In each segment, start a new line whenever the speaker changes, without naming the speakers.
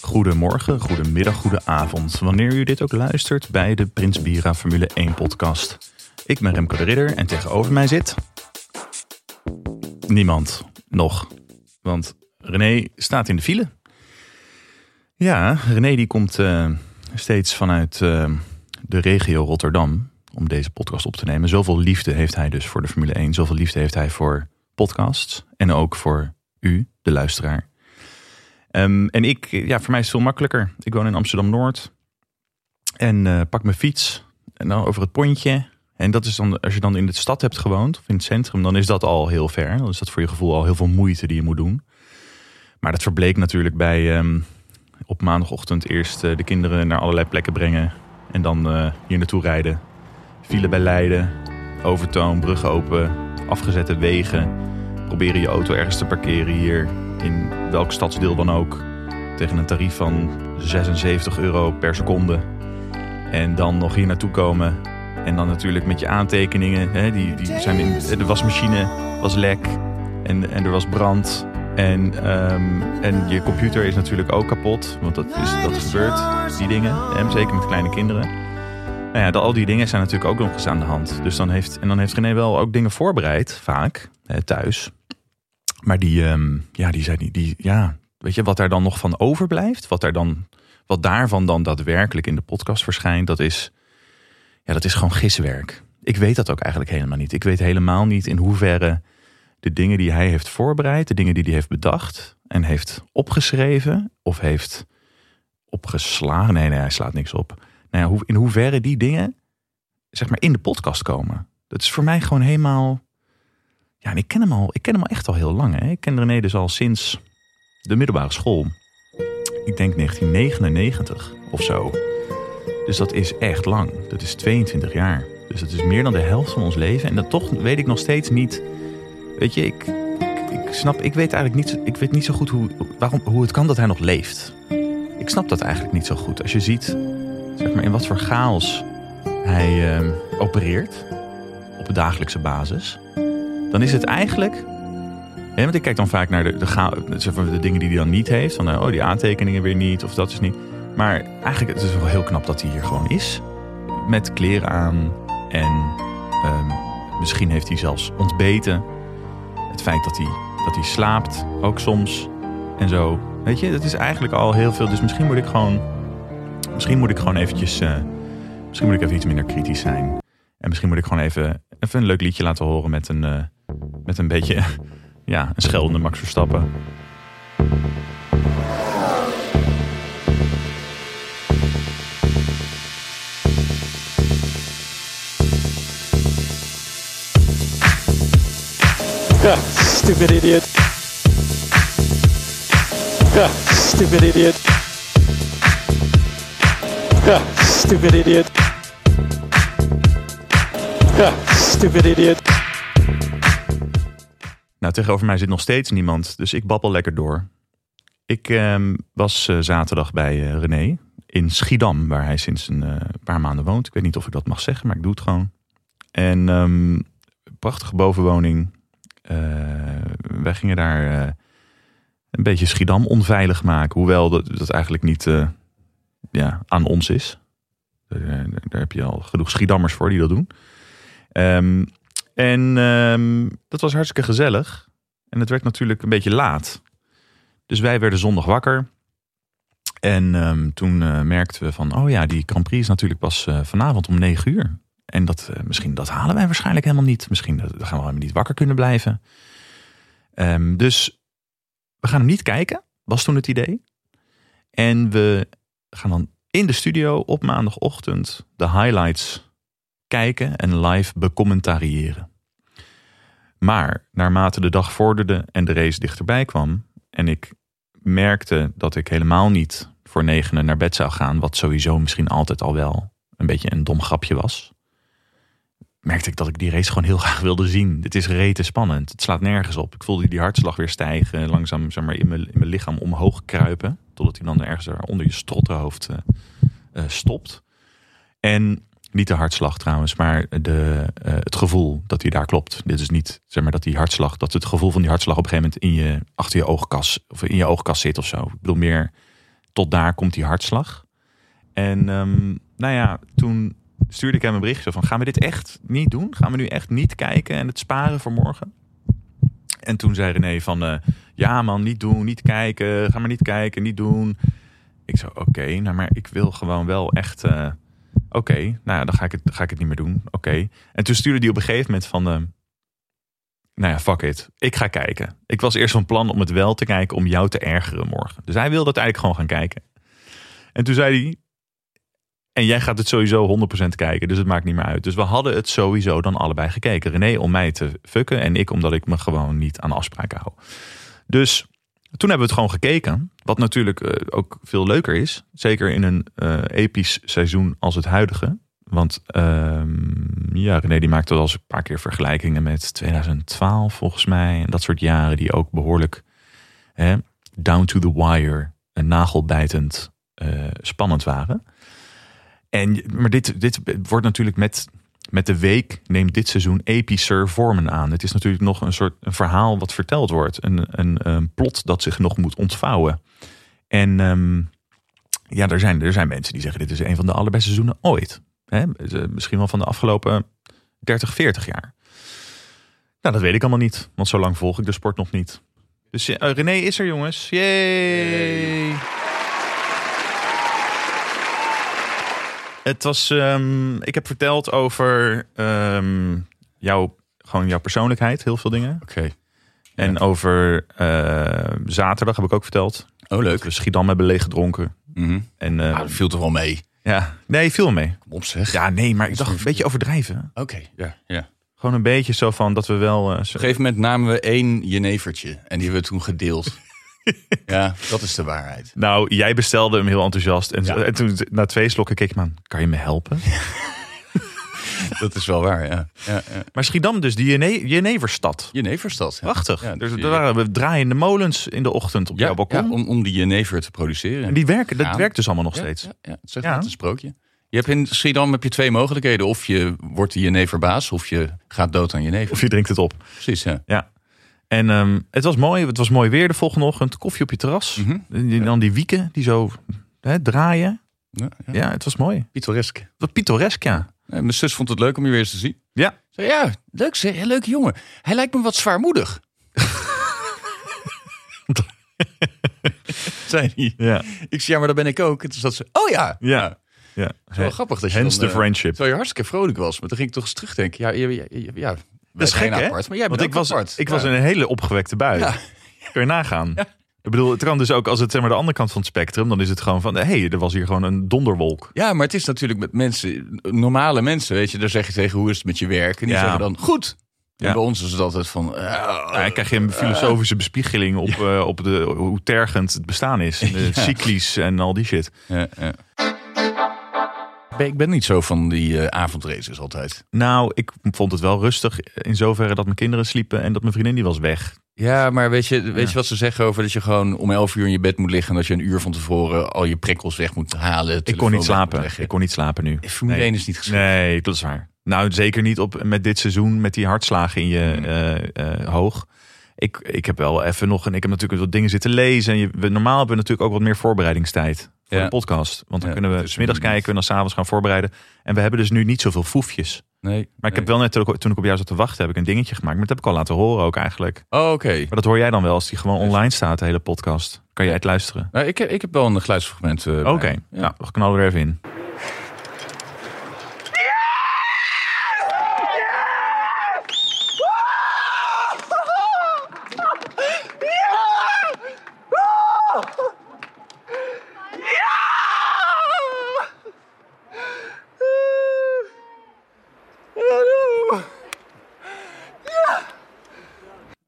Goedemorgen, goedemiddag, goede avond. Wanneer u dit ook luistert bij de Prins Bira Formule 1 podcast. Ik ben Remco de Ridder en tegenover mij zit... Niemand. Nog. Want René staat in de file. Ja, René die komt eh, steeds vanuit eh, de regio Rotterdam om deze podcast op te nemen. Zoveel liefde heeft hij dus voor de Formule 1. Zoveel liefde heeft hij voor podcasts. En ook voor u, de luisteraar. Ehm, en ik, ja, voor mij is het veel makkelijker. Ik woon in Amsterdam-Noord. En eh, pak mijn fiets. En dan over het pontje. En dat is dan, als je dan in de stad hebt gewoond, of in het centrum, dan is dat al heel ver. Dan is dat voor je gevoel al heel veel moeite die je moet doen. Maar dat verbleek natuurlijk bij ehm, op maandagochtend eerst eh, de kinderen naar allerlei plekken brengen. En dan eh, hier naartoe rijden. File bij Leiden, overtoon, bruggen open, afgezette wegen. Proberen je auto ergens te parkeren hier, in welk stadsdeel dan ook. Tegen een tarief van 76 euro per seconde. En dan nog hier naartoe komen. En dan natuurlijk met je aantekeningen. Hè, die, die zijn in, de wasmachine was lek. En, en er was brand. En, ehm, en je computer is natuurlijk ook kapot. Want dat, is, dat gebeurt, die dingen. Hè, zeker met kleine kinderen. Nou ja, de- al die dingen zijn natuurlijk ook nog eens aan de hand. Dus dan heeft, en dan heeft René wel ook dingen voorbereid, vaak, hè, thuis. Maar die, ehm, ja, die zijn die, die, ja, weet je, wat daar dan nog van overblijft, wat, daar dan, wat daarvan dan daadwerkelijk in de podcast verschijnt, dat is, ja, dat is gewoon giswerk. Ik weet dat ook eigenlijk helemaal niet. Ik weet helemaal niet in hoeverre de dingen die hij heeft voorbereid, de dingen die hij heeft bedacht en heeft opgeschreven of heeft opgeslagen. Nee, nee, hij slaat niks op. Nou ja, hoe- in hoeverre die dingen zeg maar in de podcast komen. Dat is voor mij gewoon helemaal. Ja, en ik ken hem al, ik ken hem al echt al heel lang. Hè. Ik ken René dus al sinds de middelbare school. Ik denk 1999 of zo. Dus dat is echt lang. Dat is 22 jaar. Dus dat is meer dan de helft van ons leven. En dat toch weet ik nog steeds niet. Weet je, ik, ik, ik snap, ik weet eigenlijk niet, zo- ik weet niet zo goed hoe, waarom, hoe het kan dat hij nog leeft. Ik snap dat eigenlijk niet zo goed. Als je ziet zeg maar, in wat voor chaos hij ehm, opereert op dagelijkse basis, dan is het eigenlijk. Hè, want ik kijk dan vaak naar de, de, cha- zeg maar, de dingen die hij dan niet heeft. Van eh, oh, die aantekeningen weer niet of dat is niet. Maar eigenlijk het is het wel heel knap dat hij hier gewoon is. Met kleren aan en ehm, misschien heeft hij zelfs ontbeten. Het feit dat hij, dat hij slaapt ook soms en zo. Weet je, dat is eigenlijk al heel veel. Dus misschien moet ik gewoon Misschien moet ik gewoon eventjes. eh, misschien moet ik even iets minder kritisch zijn. En misschien moet ik gewoon even, even een leuk liedje laten horen met een, eh, met een beetje. Ja, een scheldende Max Verstappen.
Yeah, stupid idiot. Yeah, stupid idiot. Yeah, stupid idiot. Yeah, stupid idiot.
Nou, tegenover mij zit nog steeds niemand, dus ik babbel lekker door. Ik ehm, was eh, zaterdag bij eh, René in Schiedam, waar hij sinds een eh, paar maanden woont. Ik weet niet of ik dat mag zeggen, maar ik doe het gewoon. En ehm, prachtige bovenwoning. Eh, wij gingen daar eh, een beetje Schiedam onveilig maken, hoewel dat, dat eigenlijk niet eh, ja, aan ons is. Eh, daar heb je al genoeg Schiedammers voor die dat doen. Ehm, en ehm, dat was hartstikke gezellig. En het werd natuurlijk een beetje laat. Dus wij werden zondag wakker. En ehm, toen eh, merkten we van, oh ja, die Grand Prix is natuurlijk pas eh, vanavond om negen uur. En dat, eh, misschien, dat halen wij waarschijnlijk helemaal niet. Misschien dat, gaan we helemaal niet wakker kunnen blijven. Ehm, dus we gaan hem niet kijken, was toen het idee. En we gaan dan in de studio op maandagochtend de highlights kijken en live becommentariëren. Maar naarmate de dag vorderde en de race dichterbij kwam en ik merkte dat ik helemaal niet voor negenen naar bed zou gaan, wat sowieso misschien altijd al wel een beetje een dom grapje was, merkte ik dat ik die race gewoon heel graag wilde zien. Het is rete spannend. Het slaat nergens op. Ik voelde die hartslag weer stijgen, langzaam zeg maar, in, mijn, in mijn lichaam omhoog kruipen, totdat hij dan ergens er onder je strottenhoofd eh, eh, stopt. En Niet de hartslag trouwens, maar de, eh, het gevoel dat hij daar klopt. Dit is niet zeg maar, dat die hartslag, dat het gevoel van die hartslag op een gegeven moment in je, achter je oogkas of in je oogkas zit of zo. Ik bedoel meer, tot daar komt die hartslag. En ehm, nou ja, toen stuurde ik hem een bericht zo van gaan we dit echt niet doen? Gaan we nu echt niet kijken en het sparen voor morgen? En toen zei René van eh, ja man, niet doen, niet kijken, ga maar niet kijken, niet doen. Ik zei oké, nou maar ik wil gewoon wel echt. eh, oké, nou ja, dan ga ik het, ga ik het niet meer doen. Oké. En toen stuurde hij op een gegeven moment van. eh, nou ja, fuck it. Ik ga kijken. Ik was eerst van plan om het wel te kijken om jou te ergeren morgen. Dus hij wilde het eigenlijk gewoon gaan kijken. En toen zei hij. En jij gaat het sowieso 100% kijken, dus het maakt niet meer uit. Dus we hadden het sowieso dan allebei gekeken. René om mij te fucken en ik omdat ik me gewoon niet aan afspraken hou. Dus toen hebben we het gewoon gekeken. Wat natuurlijk eh, ook veel leuker is. Zeker in een eh, episch seizoen als het huidige. Want ehm, ja, René die maakte wel eens een paar keer vergelijkingen met 2012 volgens mij. En dat soort jaren die ook behoorlijk hè, down to the wire en nagelbijtend eh, spannend waren. En, maar dit, dit wordt natuurlijk met, met de week neemt dit seizoen epischer vormen aan. Het is natuurlijk nog een soort een verhaal wat verteld wordt. Een, een, een plot dat zich nog moet ontvouwen. En ehm, ja, er zijn, er zijn mensen die zeggen dit is een van de allerbeste seizoenen ooit. Hè? eh, Misschien wel van de afgelopen 30, 40 jaar. Nou, dat weet ik allemaal niet. Want zo lang volg ik de sport nog niet. Dus eh, René is er jongens. Yay! Het was, ehm, ik heb verteld over ehm, jouw, gewoon jouw persoonlijkheid, heel veel dingen.
Oké.
En over eh, zaterdag heb ik ook verteld.
Oh,
Dat we Schiedam hebben leeggedronken. En, eh,
Ah, dat viel toch wel mee.
ja. Nee, viel mee.
Kom op zeg.
Ja, nee, maar ik dacht een beetje overdrijven.
Oké. Ja, ja. Op
Gewoon een beetje zo van dat we wel... eh,
een
zo-
gegeven moment namen we één jenevertje. En die hebben we toen gedeeld. ja, dat is de waarheid.
Nou, jij bestelde hem heel enthousiast. En,
Ja.
en toen na twee slokken keek ik me aan. Kan je me helpen?
Dat is wel waar, ja. ja, ja.
Maar Schiedam dus, die Jene- Jeneverstad.
Jeneverstad. Ja.
Prachtig.
Ja,
dus
die-
er waren we draaiende molens in de ochtend op
ja,
jouw balkon.
ja, om, om die jenever te produceren.
En die werken, dat
Ja.
werkt dus allemaal nog
Ja,
steeds.
Ja, ja. Het zegt
Ja.
net een sprookje. Je hebt in Schiedam heb je twee mogelijkheden. Of je wordt de jeneverbaas of je gaat dood aan jenever.
Of je drinkt het op.
Precies, ja.
Ja. En ehm, het was mooi. Het was mooi weer de volgende ochtend. Koffie op je terras.
Mhm.
En die- dan die wieken die zo hè, draaien.
ja, ja.
Ja, het was mooi.
Pittoresk.
Wat pittoresk, ja.
Nee, Mijn zus vond het leuk om je weer eens te zien.
Ja.
Zo, ja, leuk, zeg, leuke jongen. Hij lijkt me wat zwaarmoedig. Zei hij.
Ja.
Ik zei, ja, maar dat ben ik ook. En toen zat ze, oh ja.
Ja.
Nou, het
ja.
is wel grappig dat je
Hence
dan,
the
eh,
friendship.
Terwijl je hartstikke vrolijk was. Maar toen ging ik toch eens terugdenken. Ja, ja, ja, ja, ja,
Dat is gek, hè?
Apart, maar jij
Want
bent
ik
ook
was,
apart.
ik
Ja.
was in een hele opgewekte bui.
Ja.
Kun je nagaan. Ik bedoel, het kan dus ook als het zeg maar de andere kant van het spectrum, dan is het gewoon van, hé, hey, er was hier gewoon een donderwolk.
Ja, maar het is natuurlijk met mensen, normale mensen, weet je. Daar zeg je tegen, hoe is het met je werk? En die
Ja.
zeggen dan, goed. En
Ja.
bij ons is het altijd van... eh,
Nou, dan krijg je een filosofische bespiegeling op, eh, op de, hoe tergend het bestaan is. De cyclies en al die shit.
Ja, ja. Ben- Ik ben niet zo van die eh, avondraces altijd.
Nou, ik vond het wel rustig in zoverre dat mijn kinderen sliepen en dat mijn vriendin die was weg.
Ja, maar weet je, weet je wat ze zeggen over dat je gewoon om 11 uur in je bed moet liggen. En dat je een uur van tevoren al je prikkels weg moet
Ik
halen.
kon
telefoon
niet
weg
slapen.
moet leggen.
Ik kon niet slapen nu.
Formule
Nee.
1 is niet geschikt.
Nee, dat is waar. Nou, zeker niet op, met dit seizoen, met die hartslagen in je
Mm.
eh, eh, hoog. Ik, ik heb wel even nog, en ik heb natuurlijk wat dingen zitten lezen. En je, we, normaal hebben we natuurlijk ook wat meer voorbereidingstijd voor
Ja.
de podcast. Want dan
Ja,
kunnen we
dat is
's middags
niet.
kijken en dan s'avonds gaan voorbereiden. En we hebben dus nu niet zoveel foefjes.
Nee.
Maar ik heb wel net, toen ik- toen ik op jou zat te wachten, heb ik een dingetje gemaakt. Maar dat heb ik al laten horen ook eigenlijk.
wel... Oh, oké.
Maar dat hoor jij dan wel als die gewoon online staat, de hele podcast. Kan jij het luisteren?
Nou, ik, heb- ik heb wel een geluidsfragment. eh, bij
Oké,
me. Ja.
nou, we knallen er even in.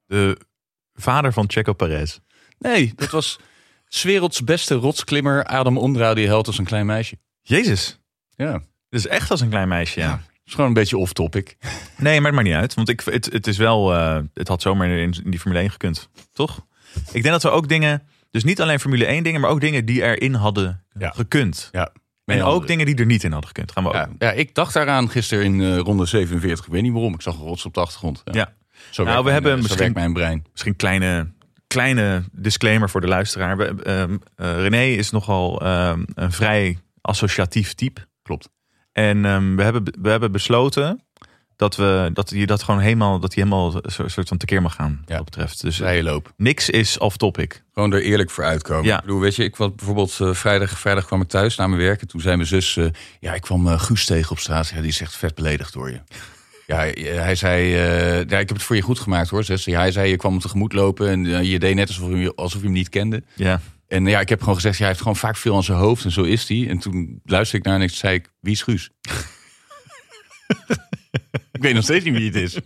De vader van Checo Perez.
Nee, dat was 's werelds beste rotsklimmer Adam Ondra. Die helpt als een klein meisje.
Jezus,
Ja. Het
dat is echt als een klein meisje, ja.
is gewoon een beetje off-topic.
Nee, maar het maakt niet uit. Want ik, het, het is wel. eh, het had zomaar in, in die Formule 1 gekund. Toch? Ik denk dat we ook dingen. Dus niet alleen Formule 1 dingen, maar ook dingen die erin hadden
Ja.
gekund.
Ja.
En ook
anderen.
dingen die er niet in hadden gekund. Gaan we ook
Ja,
doen.
ja, ik dacht daaraan gisteren in eh, ronde 47. Ik weet niet waarom. Ik zag een rots op de achtergrond. Ja.
Ja.
Zo,
Nou, we
werkt mijn,
hebben
eh, zo
misschien-
werkt mijn brein.
Misschien kleine, kleine disclaimer voor de luisteraar. We, ehm, eh, René is nogal ehm, een vrij associatief type.
Klopt.
En ehm, we, hebben, we hebben besloten dat we dat je dat gewoon helemaal dat hij helemaal een soort van tekeer mag gaan wat
Ja.
dat betreft. Dus
Vrije loop.
niks is off topic.
Gewoon er eerlijk voor uitkomen.
Ja.
Ik bedoel, weet je, ik was bijvoorbeeld eh, vrijdag, vrijdag kwam ik thuis na mijn werk. En toen zei mijn zus, eh, ja, ik kwam eh, Guus tegen op straat. Ja, die is echt vet beledigd door je. Ja, hij- hij zei, eh, ja, ik heb het voor je goed gemaakt hoor. Zes. Ja, hij zei, je kwam hem tegemoet lopen en eh, je deed net alsof je, alsof je hem niet kende.
Ja.
En eh, ja, ik heb gewoon gezegd, ja, hij heeft gewoon vaak veel aan zijn hoofd en zo is hij. En toen luisterde ik naar en ik zei ik, wie is Guus? ik weet nog steeds niet wie het is.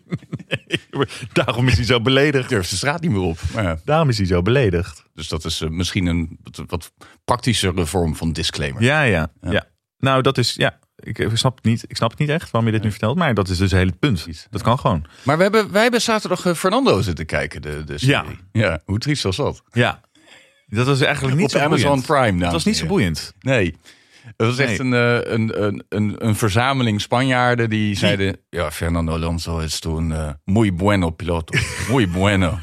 Daarom is hij zo
Ik
beledigd.
durf de straat niet meer op. Maar ja,
Daarom is hij zo beledigd.
dus dat is eh, misschien een wat, wat praktischere vorm van disclaimer.
Ja, ja,
Ja.
ja. Nou, dat is ja. Ik, ik snap het niet. Ik snap het niet echt waarom je dit nu vertelt, maar dat is dus het hele punt. Dat kan gewoon.
Maar we hebben, wij hebben zaterdag eh, Fernando zitten kijken. De, de serie. ja. Hoe triest was dat?
Ja. Dat was eigenlijk niet
Op
zo
Amazon
boeiend.
Prime. dames
Dat was niet zo
en
boeiend.
heren. Nee. Het was echt
Nee.
een, eh, een, een, een, een verzameling Spanjaarden die zeiden... Ja, Fernando Alonso is toen eh muy bueno piloto. Muy bueno.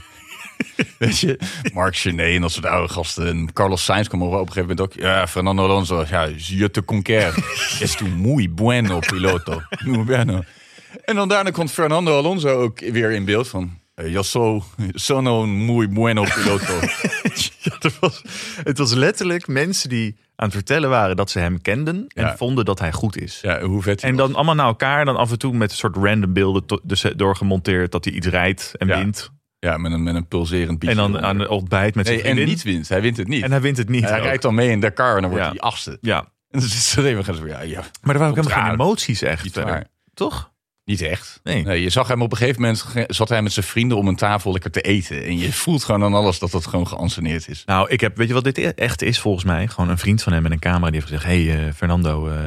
Weet je, Mark Chenet en dat soort oude gasten. En Carlos Sainz kwam op een gegeven moment ook. Ja, Fernando Alonso, ja, je te conquer. Es tu muy bueno piloto. Muy bueno. En dan daarna komt Fernando Alonso ook weer in beeld van... eh, Yo soy, sono un nou muy bueno piloto.
Ja, dat was, het was letterlijk mensen die aan het vertellen waren dat ze hem kenden en
Ja.
vonden dat hij goed is.
Ja, hoe vet hij
En
was.
dan allemaal naar elkaar, dan af en toe met een soort random beelden to- dus doorgemonteerd dat hij iets rijdt en
Ja.
wint.
Ja, met een, met een pulserend
En
biertje.
dan aan het ontbijt met zijn
nee, en
vriendin.
niet wint. Hij wint het niet.
en hij wint het niet.
hij
ook.
rijdt dan mee in Dakar en dan wordt
Ja.
hij achtste.
Ja,
En dan is het even gaan zo, ja, ja,
maar er waren ook helemaal geen
Contraire.
emoties echt.
niet
verder.
waar.
Toch?
Niet echt.
Nee.
je zag hem op een gegeven moment, ge- zat hij met zijn vrienden om een tafel lekker te eten. En je voelt gewoon aan alles dat dat gewoon geanceneerd is.
Nou, ik heb, weet je wat dit e- echt is volgens mij? Gewoon een vriend van hem met een camera die heeft gezegd: Hé hey, eh, Fernando, eh,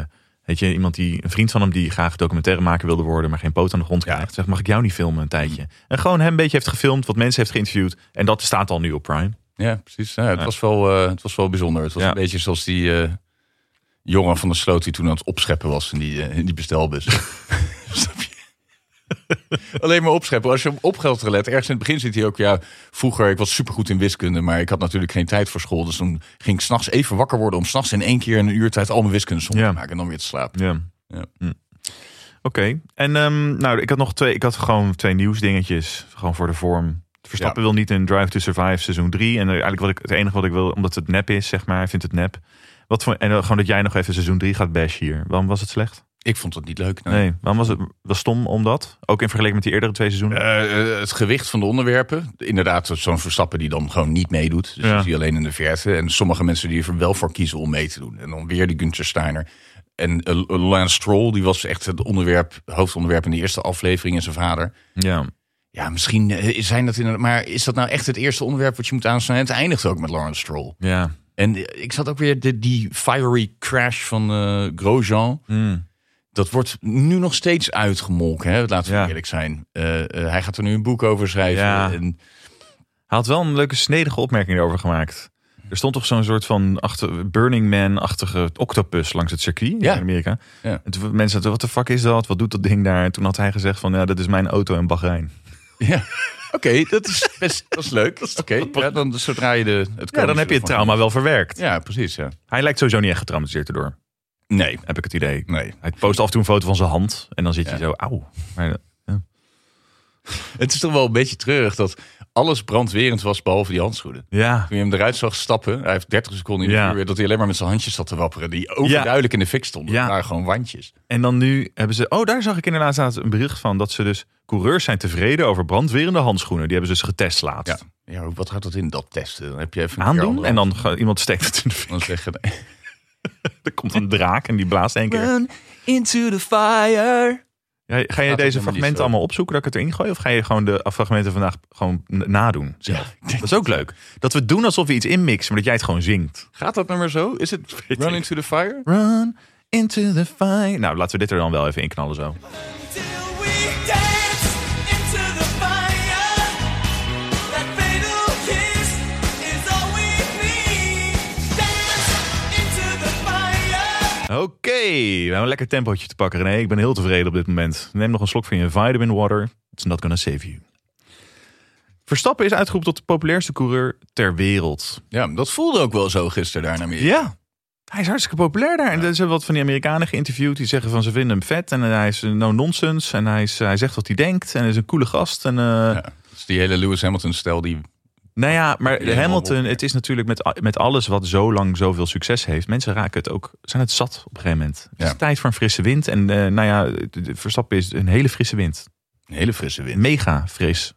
weet je, iemand die, een vriend van hem die graag documentairemaker wilde worden, maar geen poot aan de grond
Ja.
krijgt. Zegt: Mag ik jou niet filmen een tijdje? En gewoon hem een beetje heeft gefilmd, wat mensen heeft geïnterviewd. En dat staat al nu op Prime.
Ja, precies. Nou, ja, het,
Ja.
Was wel, eh, het was wel bijzonder. Het was
Ja.
een beetje zoals die eh, jongen van de sloot die toen aan het opscheppen was in die, eh, in die bestelbus. Snap je? Alleen maar opscheppen. Als je hem op geld gelet, ergens in het begin zit hij ook, ja, vroeger, ik was supergoed in wiskunde, maar ik had natuurlijk geen tijd voor school. Dus toen ging ik s'nachts even wakker worden om s'nachts in één keer in een uur tijd al mijn wiskunde
Ja.
te maken en dan weer te slapen.
Ja.
Ja.
Hm. Oké. En ehm, nou, ik had nog twee. Ik had gewoon twee nieuwsdingetjes. Gewoon voor de vorm. Verstappen wil niet in Drive to Survive seizoen 3. En eh, eigenlijk wat ik, het enige wat ik wil, omdat het nep is, zeg maar. Hij vindt het nep. Wat voor, en eh, gewoon dat jij nog even seizoen 3 gaat bashen hier. Waarom was het slecht?
Ik vond dat niet leuk. nou.
Nee. Waarom was het was stom omdat? Ook in vergelijking met die eerdere twee seizoenen?
Eh, eh, het gewicht van de onderwerpen. Inderdaad, zo'n Verstappen die dan gewoon niet meedoet. Dus
Ja.
is hij alleen in de verte. En sommige mensen die er wel voor kiezen om mee te doen. En dan weer die Gunther Steiner. En eh, Lance Stroll, die was echt het onderwerp, hoofdonderwerp in de eerste aflevering. En zijn vader.
Ja.
Ja, misschien eh, zijn dat inderdaad... Maar is dat nou echt het eerste onderwerp wat je moet aansnijden? Het eindigt ook met Lance Stroll.
Ja.
En eh, ik zat ook weer de, die fiery crash van eh, Grosjean. Dat wordt nu nog steeds uitgemolken, hè? laten we
Ja.
eerlijk zijn. Eh, eh, hij gaat er nu een boek over schrijven.
Ja.
En,
Hij had wel een leuke snedige opmerking erover gemaakt. Er stond toch zo'n soort van achter, Burning Man-achtige octopus langs het circuit
Ja.
in Amerika.
Ja.
En toen mensen dachten, wat de fuck is dat? Wat doet dat ding daar? En toen had hij gezegd van, ja, dat is mijn auto in Bahrein.
ja. Oké, dat is best dat is leuk. Oké, ja, dan zodra je de, het
Ja, dan heb je het
ervan-
trauma wel verwerkt.
Ja, precies. Ja.
Hij lijkt sowieso niet echt getraumatiseerd erdoor,
Nee,
heb ik het idee.
nee.
Hij post af en toe een foto van zijn hand en dan zit
Ja.
je zo, auw. Maar,
Het is toch wel een beetje treurig dat alles brandwerend was behalve die handschoenen.
ja,
Toen je hem eruit zag stappen, hij heeft 30 seconden in de
Ja.
vuur, dat hij alleen maar met zijn handjes zat te wapperen. Die overduidelijk in de fik stonden.
Ja.
Het waren gewoon wandjes.
en dan nu hebben ze... Oh, daar zag ik inderdaad laatst een bericht van dat ze dus... Coureurs zijn tevreden over brandwerende handschoenen. Die hebben ze dus getest
Ja.
laatst.
ja, wat gaat dat in dat testen? Dan heb je even een keer
Aandoen
anderhalf-
en dan ga- iemand steekt het in de
dan zeggen.
Er komt een draak en die blaast één keer.
into the fire.
Ja, ga je
Gaat
deze
helemaal niet
fragmenten
zo.
allemaal opzoeken dat ik het erin gooi? Of ga je gewoon de fragmenten vandaag gewoon n- nadoen?
Ja.
Dat is ook leuk. Dat we doen alsof we iets inmixen, maar dat jij het gewoon zingt.
Gaat dat nummer zo? Is het Run
ik.
into the fire?
Run into the fire. Nou, laten we dit er dan wel even in knallen zo.
Till we dance into the fire. That fatal kiss is all we need. Dance into the fire.
Oké. we hebben een lekker tempootje te pakken. Nee, ik ben heel tevreden op dit moment. Neem nog een slok van je vitamin water. It's not gonna save you. Verstappen is uitgeroepen tot de populairste coureur ter wereld.
Ja, maar dat voelde ook wel zo gisteren daar in Amerika.
Ja. Hij is hartstikke populair daar. En er zijn wat van die Amerikanen geïnterviewd. Die zeggen van ze vinden hem vet. En hij is eh, no nonsense. En hij, is, eh, hij zegt wat hij denkt. En hij is een coole gast. En, eh,
Ja, Dus die hele Lewis Hamilton-stijl, die
Nou ja, maar
Die helemaal
Hamilton,
op-
het is natuurlijk met, a- met alles wat zo lang zoveel succes heeft. Mensen raken het ook, zijn het zat op een gegeven moment. Het
Ja.
is tijd voor een frisse wind. En eh, nou ja, de- de Verstappen is een hele frisse wind.
een hele frisse wind.
Mega fris.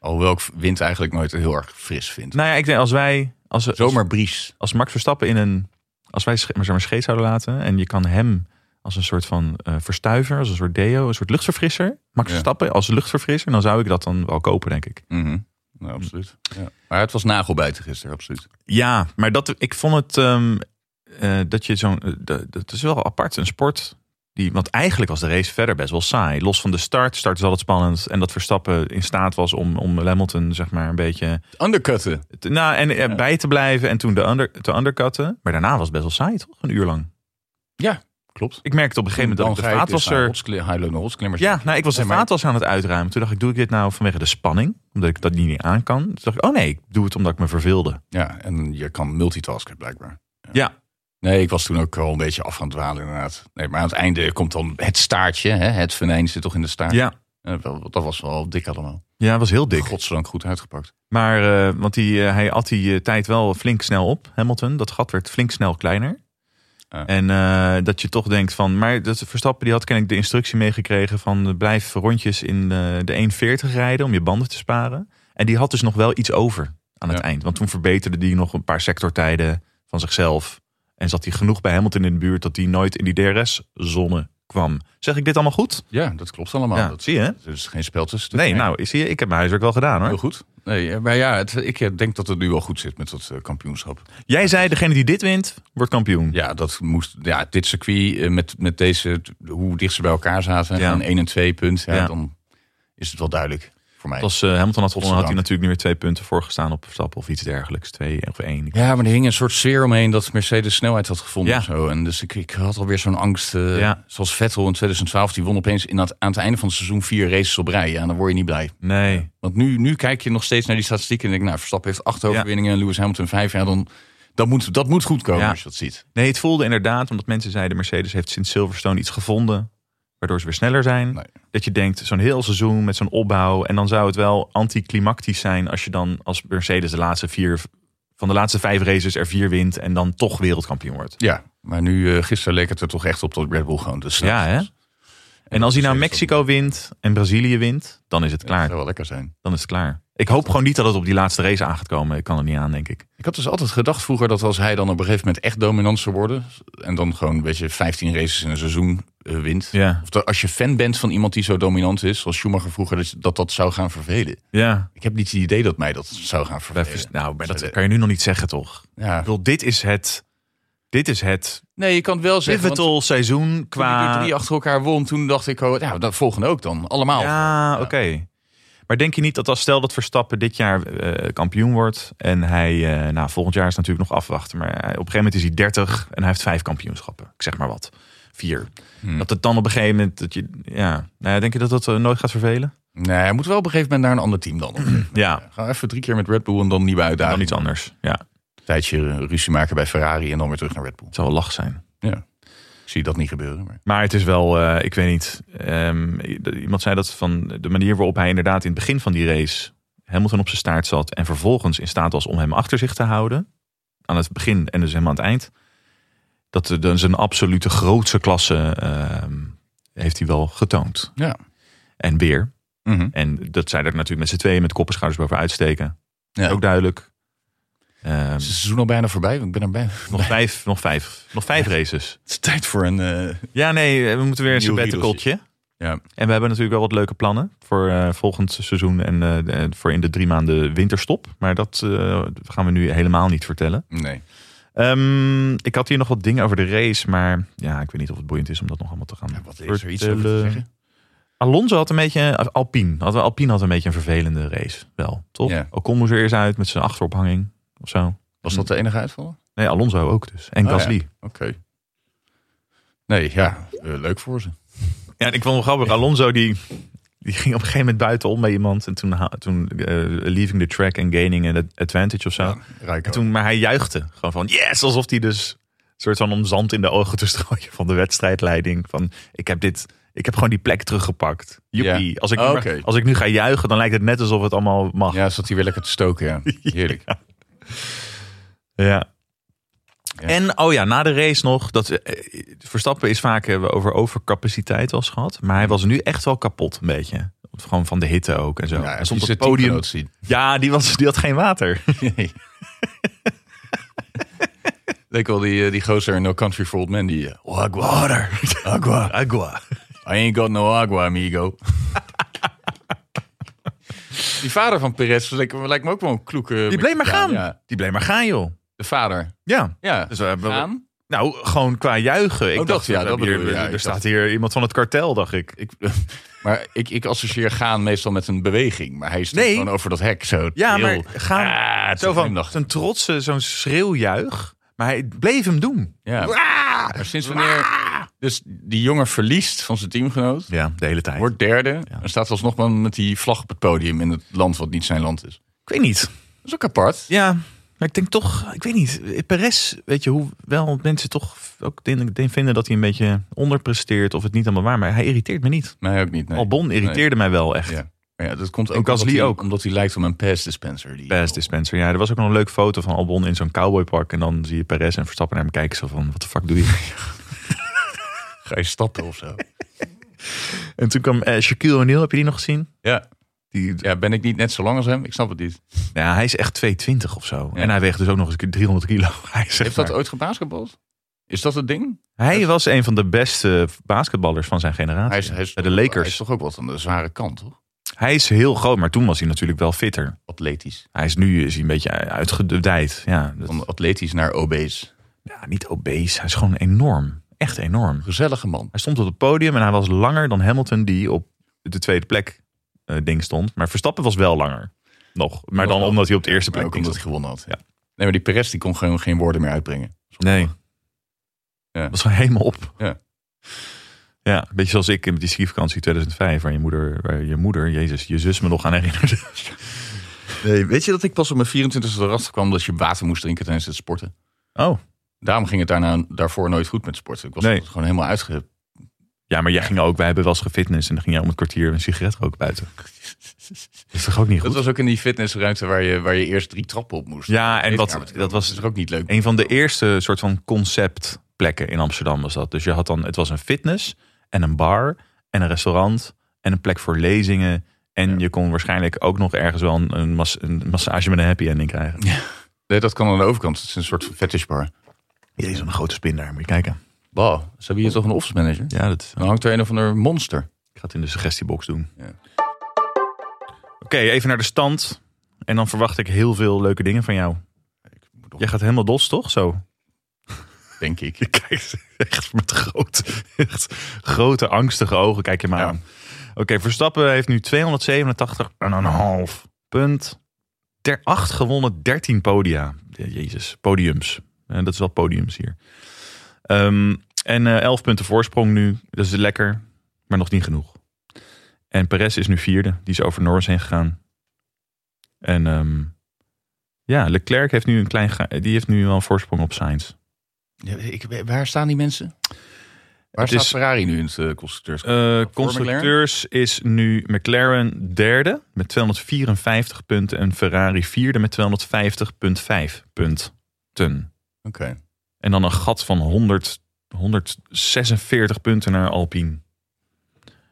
Alhoewel ik wind eigenlijk nooit heel erg fris vind.
Nou ja, ik denk als wij, als, we- als,
Zomerbries.
als Max Verstappen in een, als wij sche- maar zeg maar scheet zouden laten. En je kan hem als een soort van eh, verstuiver, als een soort deo, een soort luchtverfrisser. Max
Ja.
Verstappen als luchtverfrisser, dan zou ik dat dan wel kopen, denk ik.
Mhm. Ja, absoluut. Ja. Maar het was nagelbijten gisteren, absoluut.
Ja, maar dat, ik vond het ehm, eh, dat je zo'n. eh, dat- dat is wel apart, een sport. Die, want eigenlijk was de race verder best wel saai. Los van de start. Start is altijd spannend. En dat Verstappen in staat was om, om Hamilton zeg maar een beetje.
Undercutten.
Te, nou, en eh, bij te blijven en toen de under, te undercutten. Maar daarna was het best wel saai, toch? Een uur lang.
Ja, klopt.
Ik merkte op een gegeven moment dat ik de vaatwasser.
Highlone
Ja, nou, ik was de
Nee, maar-
vaatwasser aan het uitruimen. Toen dacht ik, doe ik dit nou vanwege de spanning? Omdat ik dat niet aan kan. Toen dacht ik, oh nee, ik doe het omdat ik me verveelde.
Ja, en je kan multitasken blijkbaar.
Ja,
Nee, ik was toen ook al een beetje af aan het dwalen inderdaad. Nee, maar aan het einde komt dan het staartje. Hè? Het venijn zit toch in de staart.
ja.
Eh, wel- Dat was wel dik allemaal.
Ja, het was heel dik.
Godzijdank goed uitgepakt.
Maar, eh, want die, eh, hij at die eh, tijd wel flink snel op, Hamilton. Dat gat werd flink snel kleiner.
Ja.
En eh, dat je toch denkt van, maar dat Verstappen die had kennelijk de instructie meegekregen van eh, blijf rondjes in eh, de 1.40 rijden om je banden te sparen. En die had dus nog wel iets over aan het
Ja.
eind. Want toen verbeterde die nog een paar sectortijden van zichzelf. En zat hij genoeg bij Hamilton in de buurt dat hij nooit in die DRS-zone kwam. Zeg ik dit allemaal goed?
Ja, dat klopt allemaal.
Ja,
dat
zie je, hè?
Er is geen spel tussen.
Nee, nou, zie je, ik heb mijn huiswerk wel gedaan hoor.
Heel goed. Nee, eh, maar ja, het- ik eh, denk dat het nu wel goed zit met dat eh, kampioenschap.
Jij zei, degene die dit wint, wordt kampioen.
Ja, dat moest, ja dit circuit eh, met, met deze, t- hoe dicht ze bij elkaar zaten,
Ja.
van 1 en 2 punt, ja,
Ja.
dan is het wel duidelijk voor mij.
Het was, eh, Hamilton had gewonnen, had hij
Godzijdank.
natuurlijk nu weer twee punten voor gestaan op Verstappen of iets dergelijks. Twee of één.
Ja, maar er hing een soort sfeer omheen dat Mercedes snelheid had gevonden.
Ja.
of Zo. En dus ik, ik had alweer zo'n angst. eh,
Ja.
Zoals Vettel in 2012, die won opeens in dat, aan het einde van het seizoen vier races op rij. Ja, dan word je niet blij.
Nee.
Want nu, nu kijk je nog steeds naar die statistieken en denk nou, Verstappen heeft acht overwinningen en Lewis Hamilton vijf. Ja, dan, dat, moet, dat moet goed komen
Ja.
als je dat ziet.
Nee, het voelde inderdaad, omdat mensen zeiden Mercedes heeft sinds Silverstone iets gevonden. Waardoor ze weer sneller zijn.
Nee.
Dat je denkt, zo'n heel seizoen met zo'n opbouw. En dan zou het wel anticlimactisch zijn als je dan als Mercedes de laatste vier, van de laatste vijf races er vier wint. En dan toch wereldkampioen wordt.
Ja, maar nu, eh, gisteren leek het er toch echt op dat Red Bull gewoon Dus de snelste
Ja, hè?
was.
En als hij nou
Mercedes
Mexico wint en Brazilië wint, dan is het
Dat
klaar.
zou wel lekker zijn.
Dan is het klaar. Ik hoop gewoon niet dat het op die laatste race aan gaat komen. Ik kan er niet aan, denk ik.
Ik had dus altijd gedacht vroeger dat als hij dan op een gegeven moment echt dominant zou worden. En dan gewoon een beetje 15 races in een seizoen eh, wint.
Ja.
Of dat als je fan bent van iemand die zo dominant is, zoals Schumacher vroeger, dat dat, dat zou gaan vervelen.
Ja.
Ik heb niet het idee dat mij dat zou gaan
Bij
vervelen.
vers- nou, maar dat
Zullen-
kan je nu nog niet zeggen, toch?
Ja.
Ik bedoel, dit is het, dit is het
Nee, je kan het wel zeggen. want
pivotal seizoen
Toen hij er
qua...
drie achter elkaar won, toen dacht ik, oh, ja, dat volgende ook dan. Allemaal.
Ja, oké. Maar denk je niet dat als stel dat Verstappen dit jaar eh, kampioen wordt... en hij, eh, nou, volgend jaar is het natuurlijk nog afwachten... maar hij- op een gegeven moment is hij 30 en hij heeft vijf kampioenschappen. Ik zeg maar wat. Vier.
Hmm.
Dat het dan op een gegeven moment... Dat je, ja, nou, ja, denk je dat dat eh, nooit gaat vervelen?
Nee, hij moet wel op een gegeven moment naar een ander team dan.
Ja,
Ga even drie keer met Red Bull en dan nieuwe uitdaging.
dan iets anders. Ja,
Een tijdje ruzie maken bij Ferrari en dan weer terug naar Red Bull.
het zal wel lach zijn.
Ik zie dat niet gebeuren. Maar...
Maar het is wel, eh, ik weet niet. Ehm, i- d- iemand zei dat van de manier waarop hij inderdaad in het begin van die race Hamilton op zijn staart zat. En vervolgens in staat was om hem achter zich te houden. Aan het begin en dus helemaal aan het eind. Dat eh, dan zijn absolute grootste klasse ehm, heeft hij wel getoond.
Ja.
En weer.
Mhm.
En dat zij er natuurlijk met z'n tweeën met kop en schouders boven uitsteken.
Ja.
Ook duidelijk. Ehm,
Het seizoen al bijna voorbij, want ik ben er bijna.
nog vijf, nog vijf. Nog vijf races.
Het is tijd voor een. eh,
Ja, nee, we moeten weer een
Nieuw
sabbatikaltje.
Ja.
En we hebben natuurlijk wel wat leuke plannen voor eh, volgend seizoen en eh, eh, voor in de drie maanden winterstop. Maar dat eh, gaan we nu helemaal niet vertellen.
Nee.
Ehm, ik had hier nog wat dingen over de race, maar ja, ik weet niet of het boeiend is om dat nog allemaal te gaan
Ja, wat is er iets over te
vertellen.
zeggen?
Alonso had een beetje, eh, Alpine, had, Alpine had een beetje een vervelende race, wel, toch?
Ja.
Ocon moest er eerst uit met zijn achterophanging of zo.
Was dat de enige uitval? Oké.
Nee, Alonso ook dus. En
Oh ja.
Gasly.
Nee, ja, eh, leuk voor ze.
Ja, en ik vond het wel grappig. Alonso die, die ging op een gegeven moment buitenom bij iemand. En toen, ha- toen eh, leaving the track and gaining an advantage of zo.
Rijko.
En toen, maar hij juichte gewoon van yes, alsof hij dus een soort van om zand in de ogen te strooien van de wedstrijdleiding. Van ik heb dit, ik heb gewoon die plek teruggepakt. Joepie.
Ja.
Als, ik nu
Oh,
maar-
oké.
als ik nu ga juichen, dan lijkt het net alsof het allemaal mag. Ja.
Ja, zat hij weer lekker te stoken, ja. Heerlijk. Ja.
En oh ja, na de race nog, dat eh, Verstappen is vaak hebben we over overcapaciteit al eens gehad, maar hij was nu echt wel kapot een beetje. Gewoon van de hitte ook en zo.
Ja,
Hij
als
stond
op
op het podium.
zien.
Ja, die, was, die had geen water.
Nee. Leek wel die, eh, die gozer in No Country for Old Men. Die, eh, agua. Water. Agua.
Agua.
I ain't got no agua, amigo. die vader van Perez lijkt, lijkt me ook wel een kloeke...
Die bleef maar gaan.
Mexicaan, Ja,
Die bleef maar gaan, joh.
de vader.
Ja.
Ja,
Dus we hebben-
gaan.
Nou, gewoon qua juichen. Ik
Oh, dat-
dacht,
ja,
ja,
dat
hier,
bedoel je. Ja,
er
ik
staat
dacht-
hier iemand van het kartel, dacht ik.
Ik, maar ik, ik associeer gaan meestal met een beweging. Maar hij stond
Nee.
gewoon over dat hek zo.
Ja,
heel-
maar gaan-
Ah, het is
Zo
een
van,
glimlach.
zo'n trotse, zo'n schreeuwjuich. Maar hij bleef hem doen.
Ja.
Waa!
Maar sinds wanneer dus die jongen verliest van zijn teamgenoot,
Ja, de hele tijd.
wordt derde en staat alsnog maar met die vlag op het podium in het land wat niet zijn land is.
Ik weet niet.
Dat is ook apart.
Ja, maar ik denk toch, ik weet niet. Perez, weet je, hoe wel mensen toch ook denk- denk vinden dat hij een beetje onderpresteert of het niet allemaal waar. Maar hij irriteert me niet.
Nee, ook niet. Nee.
Albon irriteerde mij wel echt.
Ja. Maar ja, dat komt ook
En Gasly
omdat hij,
ook.
Omdat hij lijkt op een pass dispenser. Die
Perez dispenser. Ja, er was ook nog een leuke foto van Albon in zo'n cowboypak. En dan zie je Perez en Verstappen naar hem kijken. Zo van, wat de fuck doe je?
Ga je stappen of zo.
en toen kwam eh Shaquille O'Neal, heb je die nog gezien?
ja.
Die,
ja, ben ik niet net zo lang als hem? Ik snap het niet.
ja, hij is echt 220 of zo.
Ja.
En hij weegt dus ook nog eens een keer 300 kilo. Hij, is echt
Heeft dat
maar-
ooit gebasketbald? Is dat het ding?
hij was een van de beste basketballers van zijn generatie.
Hij is, hij is,
Bij de
Hij
Lakers.
is toch ook wat aan de zware kant, toch?
Hij is heel groot, maar toen was hij natuurlijk wel fitter.
Atletisch.
Hij is nu is hij een beetje uitgedijd. Ja, dat-
Van atletisch naar obese.
ja, niet obese. Hij is gewoon enorm. Echt enorm.
Gezellige man.
Hij stond op het podium en hij was langer dan Hamilton, die op de tweede plek eh, ding stond. Maar Verstappen was wel langer. Nog. Maar dan
wel.
omdat hij op de eerste
Maar
plek
ook
ding
omdat hij
stond.
gewonnen had.
Ja.
Nee, maar die Perez die kon gewoon geen woorden meer uitbrengen.
Nee.
Ja.
Was gewoon helemaal op.
Ja.
Ja, een beetje zoals ik in die skivakantie 2005, waar je moeder, waar je moeder, jezus, je zus me nog aan herinnerde.
Nee, weet je dat ik pas op mijn 24e erachter kwam dat je water moest drinken tijdens het sporten?
Oh,
Daarom ging het daarna, daarvoor nooit goed met sporten. Ik was
Nee.
altijd gewoon helemaal uitge...
ja, maar jij ging ook, wij hebben wel eens gefitness en dan ging jij om het kwartier een sigaret roken buiten. Dat is toch ook niet
Dat
goed?
was ook in die fitnessruimte waar je, waar je eerst drie trappen op moest.
Ja, en
Even
nou wat-
naar beneden.
dat was- dus
is ook niet leuk.
Een van de eerste soort van conceptplekken in Amsterdam was dat. Dus je had dan, het was een fitness en een bar en een restaurant en een plek voor lezingen. En je kon waarschijnlijk ook nog ergens wel een, een, mas- een massage met een happy ending krijgen.
Nee, dat kan aan de overkant. Het is een soort van fetishbar.
Jezus, een grote spin daar, moet je kijken.
Wow, ze hebben hier toch een office manager?
Ja, dat
Dan hangt er een of ander monster.
ik ga het in de suggestiebox doen.
Ja.
Oké, even naar de stand. En dan verwacht ik heel veel leuke dingen van jou. Jij gaat helemaal los, toch? Zo.
Denk ik.
Je kijkt echt met grote, echt grote angstige ogen. Kijk je maar
Ja.
aan. Oké, Verstappen heeft nu 287,5 punt. Ter 8 gewonnen, 13 podia. Jezus, podiums. En dat is wel podiums hier. Ehm, en eh 11 punten voorsprong nu. Dat is lekker, maar nog niet genoeg. En Perez is nu vierde. Die is over Norris heen gegaan. En ehm, ja, Leclerc heeft nu een klein... ga- Die heeft nu wel een voorsprong op Sainz.
Ja, ik, waar staan die mensen? Waar
Het
staat
is-
Ferrari nu in het eh, constructeurs?
Eh,
Voor
constructeurs is nu McLaren derde met 254 punten en Ferrari vierde met 250,5 punten.
Oké.
En dan een gat van 100, 146 punten naar Alpine.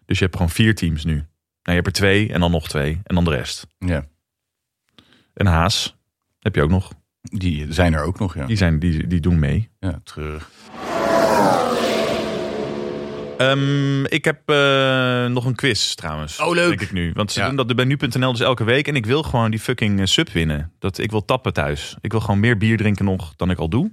Dus je hebt gewoon vier teams nu. Nou, je hebt er twee en dan nog twee en dan de rest.
Ja,
En Haas heb je ook nog.
die zijn er ook nog, ja.
Die, zijn, die, die doen mee.
Ja, treurig.
Ehm, ik heb eh, nog een quiz trouwens.
Oh, leuk.
Denk ik nu. Want ze
Ja.
doen dat bij nu.nl dus elke week. En ik wil gewoon die fucking eh, sub winnen. Dat, ik wil tappen thuis. Ik wil gewoon meer bier drinken nog dan ik al doe.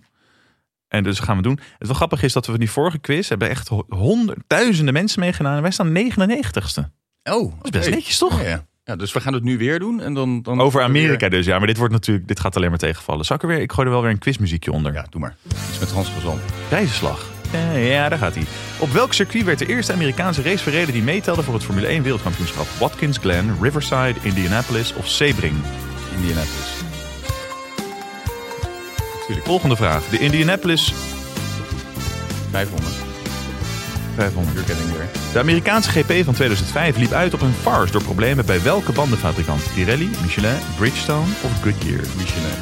En dus gaan we doen. Het wel grappig is dat we van die vorige quiz hebben echt ho- honderdduizenden mensen meegedaan. En wij staan 99ste.
Oh,
Dat is best netjes toch?
Ja, ja. ja, dus we gaan het nu weer doen. En dan, dan
Over
weer-
Amerika dus. Ja, maar dit wordt natuurlijk, dit gaat alleen maar tegenvallen. Zal ik er weer, ik gooi er wel weer een quizmuziekje onder.
Ja, doe maar. Iets met Hans Gezond.
Prijzenslag. eh, ja, daar gaat hij. Op welk circuit werd de eerste Amerikaanse race verreden die meetelde voor het Formule 1 wereldkampioenschap? Watkins Glen, Riverside, Indianapolis of Sebring?
Indianapolis.
Natuurlijk. Volgende vraag. De Indianapolis
500.
500.
You're getting there.
De Amerikaanse GP van 2005 liep uit op een farce door problemen bij welke bandenfabrikant? Pirelli, Michelin, Bridgestone of Goodyear?
Michelin.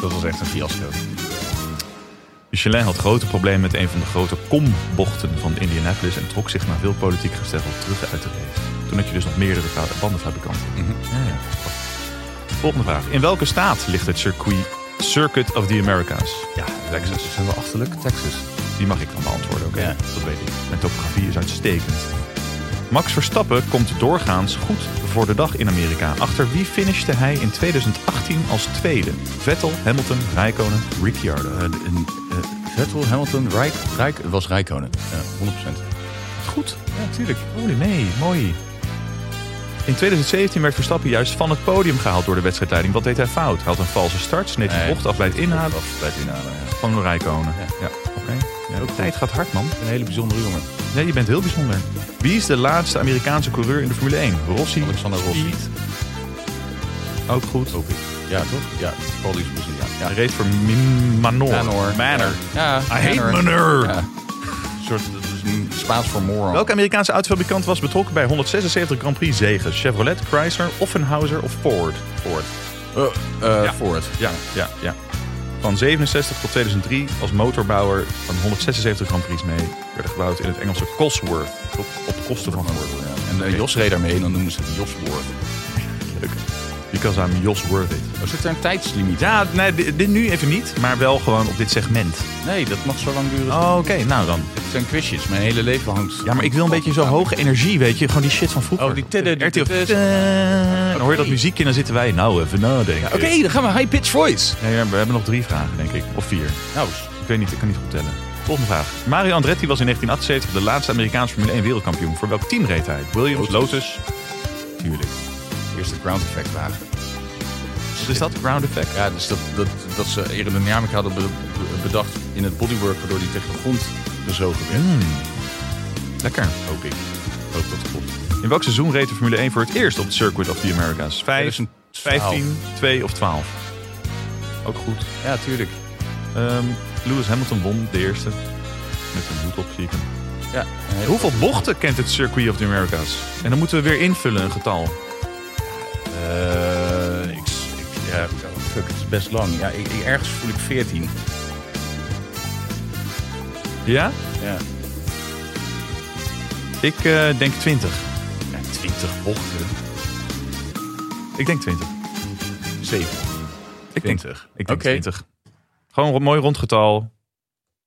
Dat was echt een fiasco.
Michelin had grote problemen met een van de grote kombochten van Indianapolis en trok zich na veel politiek gesteggel terug uit de race. Toen had je dus nog meerdere fa- bandenfabrikanten. Ah, ja. Volgende vraag. In welke staat ligt het circuit Circuit of the Americas?
Ja, Texas. Zijn we achterlijk? Texas.
Die mag ik dan beantwoorden, oké?
Ja.
Dat weet ik. Mijn topografie is uitstekend. Max Verstappen komt doorgaans goed voor de dag in Amerika. Achter wie finishte hij in 2018 als tweede? Vettel, Hamilton, Rijkonen, Ricciardo.
Eh, de- in, eh, Vettel, Hamilton, Rijk, Rijk, het was Rijkonen. Ja, 100%.
Goed. Ja, natuurlijk. Holy mee, mooi. In 2017 werd Verstappen juist van het podium gehaald door de wedstrijdleiding. Wat deed hij fout? Hij had een valse start, sneed de bocht af bij het inhalen
Of bij het inhalen, ja.
van Rijkonen.
Ja.
Ja, oké. Ja, de tijd gaat hard, man.
Een hele bijzondere jongen.
Nee, je bent heel bijzonder. Wie is de laatste Amerikaanse coureur in de Formule 1? Rossi?
Alexander Rossi.
Speed? Ook goed.
Hoop ik. Ja, toch? Ja, Paul is Braziliaan. Ja.
Hij reed voor Min- Manor.
Manor.
Manor.
Ja,
I hate Manor.
Ja. Een soort dat is een Spaans voor moron.
Welke Amerikaanse autofabrikant was betrokken bij 176 Grand Prix zegen? Chevrolet, Chrysler, Offenhauser of Ford? Ford.
Eh, eh,
Ja.
Ford.
Ja, ja, ja. Van 67 tot 2003 als motorbouwer van 176 Grand Prix mee. Werden gebouwd in het Engelse Cosworth. Op, op kosten van Ford.
Ja. En eh, Jos reed daarmee en dan noemen ze het Joswoord.
Leuk. Because I'm Jos Worth it.
Oh, zit er een tijdslimiet?
Ja, nee, dit, dit nu even niet, maar wel gewoon op dit segment.
Nee, dat mag zo lang duren.
Oké, nou dan.
Het zijn quizjes. Mijn hele leven hangt...
Ja, maar ik wil een beetje zo hoge energie, weet je. Gewoon die shit van vroeger.
Oh, die tidde, die
RTL.
tidde.
eh, Dan hoor je dat muziekje en dan zitten wij nou even nadenken.
Oké, dan gaan we high pitch voice.
Nee, we hebben nog drie vragen, denk ik. Of vier.
Nou, s-
Ik weet niet, ik kan niet goed tellen. Volgende vraag. Mario Andretti was in 1978 de laatste Amerikaanse Formule 1 wereldkampioen. Voor welk team reed hij? Williams,
Lotus.
Lotus.
tuurlijk. Eerst de ground effect vragen.
Wat is dat? Ground effect?
Ja, dus dat, dat, dat ze aerodynamica hadden be- be- bedacht in het bodywork, waardoor die tegen de grond gezogen werd.
Lekker.
Hoop ik. Hoop dat het klopt.
In welk seizoen reed de Formule 1 voor het eerst op het Circuit of the Americas? Vijf,
2012.
15, 2 of 12? Ook goed.
Ja, tuurlijk.
Ehm, Lewis Hamilton won de eerste. Met een hoed op, zie ik hem.
Ja, eh,
Hoeveel bochten kent het Circuit of the Americas? En dan moeten we weer invullen een getal.
Eh, ik, ik- ja, oh, fuck, het is best lang. Ja, ik, ik- ergens voel ik 14.
Ja?
Ja.
Ik eh, denk 20.
ja 20 bochten.
Ik denk 20.
7.
Ik denk,
20.
ik denk
Oké.
20. Gewoon een mooi rond getal.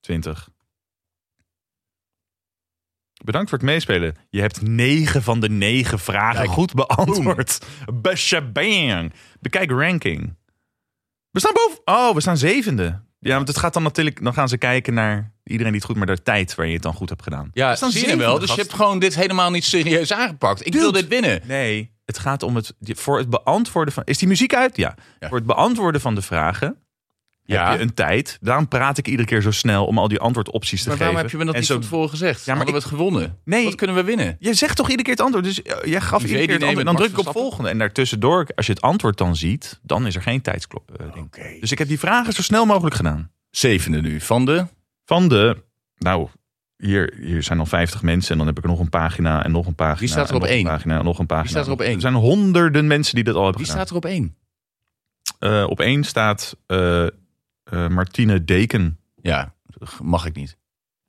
20. Bedankt voor het meespelen. Je hebt 9 van de 9 vragen
Kijk.
goed beantwoord. Bang. Bekijk ranking. We staan boven. Oh, we staan zevende. Ja, want het gaat dan natuurlijk. Dan gaan ze kijken naar iedereen die het goed, maar de tijd waarin je het dan goed hebt gedaan.
Ja,
We staan
zie je
zevende,
wel. Dus
gast.
je hebt gewoon dit helemaal niet serieus aangepakt. Ik wil
Dude.
dit winnen.
Nee, het gaat om het. Voor het beantwoorden van. Is die muziek uit? Ja.
Ja.
Voor het beantwoorden van de vragen.
Ja.
Heb je een tijd. Daarom praat ik iedere keer zo snel om al die antwoordopties te
Maar
geven.
waarom heb je me dat
En
niet
zo-
van tevoren gezegd? Ja, maar Hadden we het gewonnen?
Nee.
Wat kunnen we winnen?
Je zegt toch iedere keer het antwoord. Dus eh, jij gaf iedere
Die
keer het
VD
antwoord.
met
Dan
Max
druk ik op
Verstappen.
volgende. En daartussendoor, als je het antwoord dan ziet, dan is er geen tijdsklok. eh, ding. Dus ik heb die vragen zo snel mogelijk gedaan.
Zevende nu. Van de?
Van de. Nou. Hier, hier zijn al 50 mensen en dan heb ik nog een pagina en nog een pagina.
Wie staat er
en
op
nog een
één?
Pagina, en nog een pagina.
staat er op één?
Er zijn honderden mensen die dit al hebben
Wie
gedaan.
staat er op één?
Eh, op één staat eh, eh, Martine Deken.
Ja, g- mag ik niet.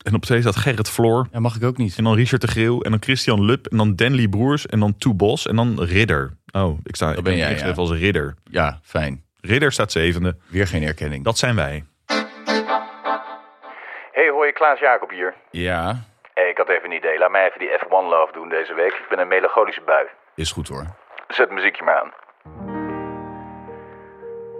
En op twee staat Gerrit Floor.
Ja, mag ik ook niet.
En dan Richard de Greeuw. En dan Christian Lub. En dan Danley Broers. En dan Toe Bos. En dan Ridder. Oh, ik sta ik
ben
ben
jij,
ingeschreven
ja.
als Ridder.
Ja, fijn.
Ridder staat zevende.
Weer geen erkenning.
Dat zijn wij.
Hey hoi, Klaas Jacob hier.
Ja,
Hey, ik had even een idee. Laat mij even die F1 love doen deze week. Ik ben een melancholische bui.
is goed hoor.
Zet het muziekje maar aan.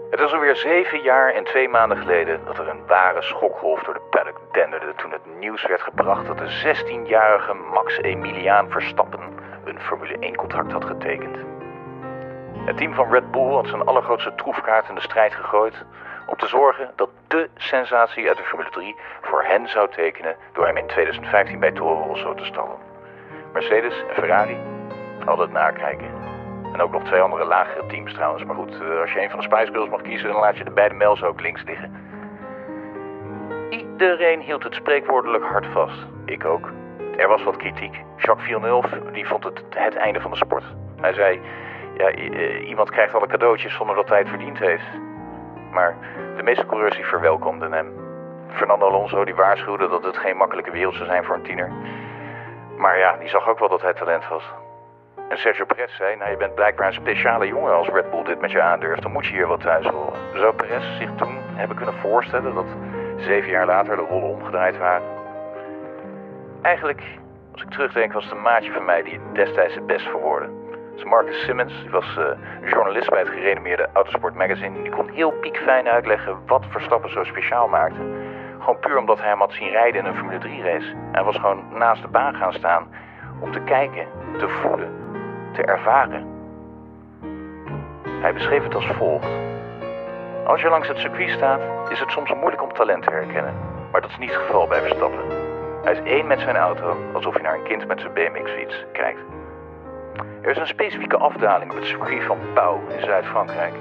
Het was alweer zeven jaar en twee maanden geleden dat er een ware schokgolf door de paddock denderde toen het nieuws werd gebracht dat de 16-jarige Max Emiliaan Verstappen een Formule 1-contract had getekend. Het team van Red Bull had zijn allergrootste troefkaart in de strijd gegooid om te zorgen dat de sensatie uit de Formule 3 voor hen zou tekenen door hem in 2015 bij Toro Rosso te stallen. Mercedes en Ferrari hadden het nakijken. En ook nog twee andere lagere teams trouwens. Maar goed, eh, als je een van de Spice Girls mag kiezen, dan laat je de beide Mels ook links liggen. Iedereen hield het spreekwoordelijk hard vast. Ik ook. Er was wat kritiek. Jacques Villeneuve die vond het het einde van de sport. Hij zei, ja, i- eh, iemand krijgt alle cadeautjes zonder dat hij het verdiend heeft. Maar de meeste coureurs die verwelkomden hem. Fernando Alonso die waarschuwde dat het geen makkelijke wereld zou zijn voor een tiener. Maar ja, die zag ook wel dat hij talent was. En Sergio Perez zei, nou je bent blijkbaar een speciale jongen als Red Bull dit met je aandurft. Dan moet je hier wat thuis horen. Zou Perez zich toen hebben kunnen voorstellen dat zeven jaar later de rollen omgedraaid waren? Eigenlijk, als ik terugdenk, was het een maatje van mij die het destijds het best verwoordde. Dat is Marcus Simmons, die was eh, journalist bij het gerenommeerde Autosport Magazine. Die kon heel piekfijn uitleggen wat Verstappen zo speciaal maakte. Gewoon puur omdat hij hem had zien rijden in een Formule 3 race. Hij was gewoon naast de baan gaan staan om te kijken, te voelen, te ervaren. Hij beschreef het als volgt. Als je langs het circuit staat, is het soms moeilijk om talent te herkennen. Maar dat is niet het geval bij Verstappen. Hij is één met zijn auto, alsof je naar een kind met zijn BMX-fiets kijkt. Er is een specifieke afdaling op het circuit van Pau in Zuid-Frankrijk.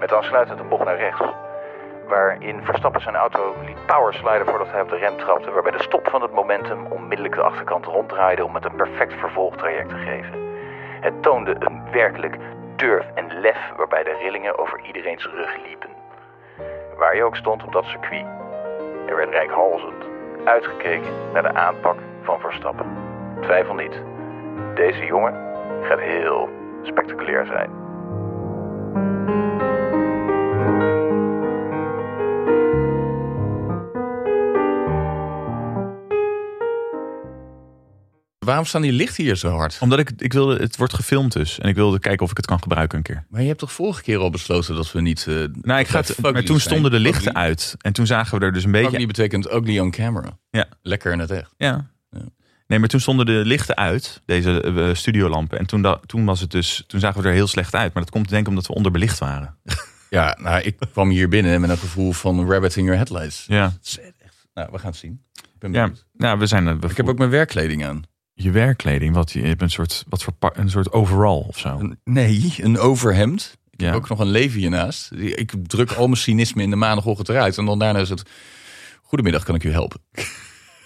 Met aansluitend een bocht naar rechts. Waarin Verstappen zijn auto liet powersliden voordat hij op de rem trapte. Waarbij de stop van het momentum onmiddellijk de achterkant ronddraaide om het een perfect vervolgtraject te geven. Het toonde een werkelijk durf en lef waarbij de rillingen over iedereens rug liepen. Waar je ook stond op dat circuit, er werd reikhalzend uitgekeken naar de aanpak van Verstappen. Twijfel niet, deze jongen gaat heel spectaculair zijn.
Waarom staan die lichten hier zo hard?
Omdat ik, ik wilde, het wordt gefilmd dus. En ik wilde kijken of ik het kan gebruiken een keer.
Maar je hebt toch vorige keer al besloten dat we niet... eh,
Nou, ik ga
dat
het,
wij
maar toen
zijn.
stonden de lichten
Ugly-
uit. En toen zagen we er dus een beetje...
Ugly betekent ugly on camera.
Ja.
Lekker in het echt.
Ja. Nee, maar toen stonden de lichten uit, deze eh, studiolampen. En toen, da- toen, was het dus, toen zagen we er heel slecht uit. Maar dat komt denk ik omdat we onderbelicht waren.
Ja, nou, ik kwam hier binnen met een gevoel van rabbit in your headlights.
Ja,
Nou, we gaan het zien. Ik ben
ja.
benieuwd.
ja we zijn... eh, We
Ik heb ook mijn werkkleding aan.
Je werkkleding, wat, je hebt een soort, wat voor, pa- een soort overall of zo.
Een- nee, een overhemd. Ik
Ja.
heb ook nog een leven hiernaast. Ik druk al mijn cynisme in de maandagochtend eruit. En dan daarna is het... Goedemiddag, kan ik u helpen?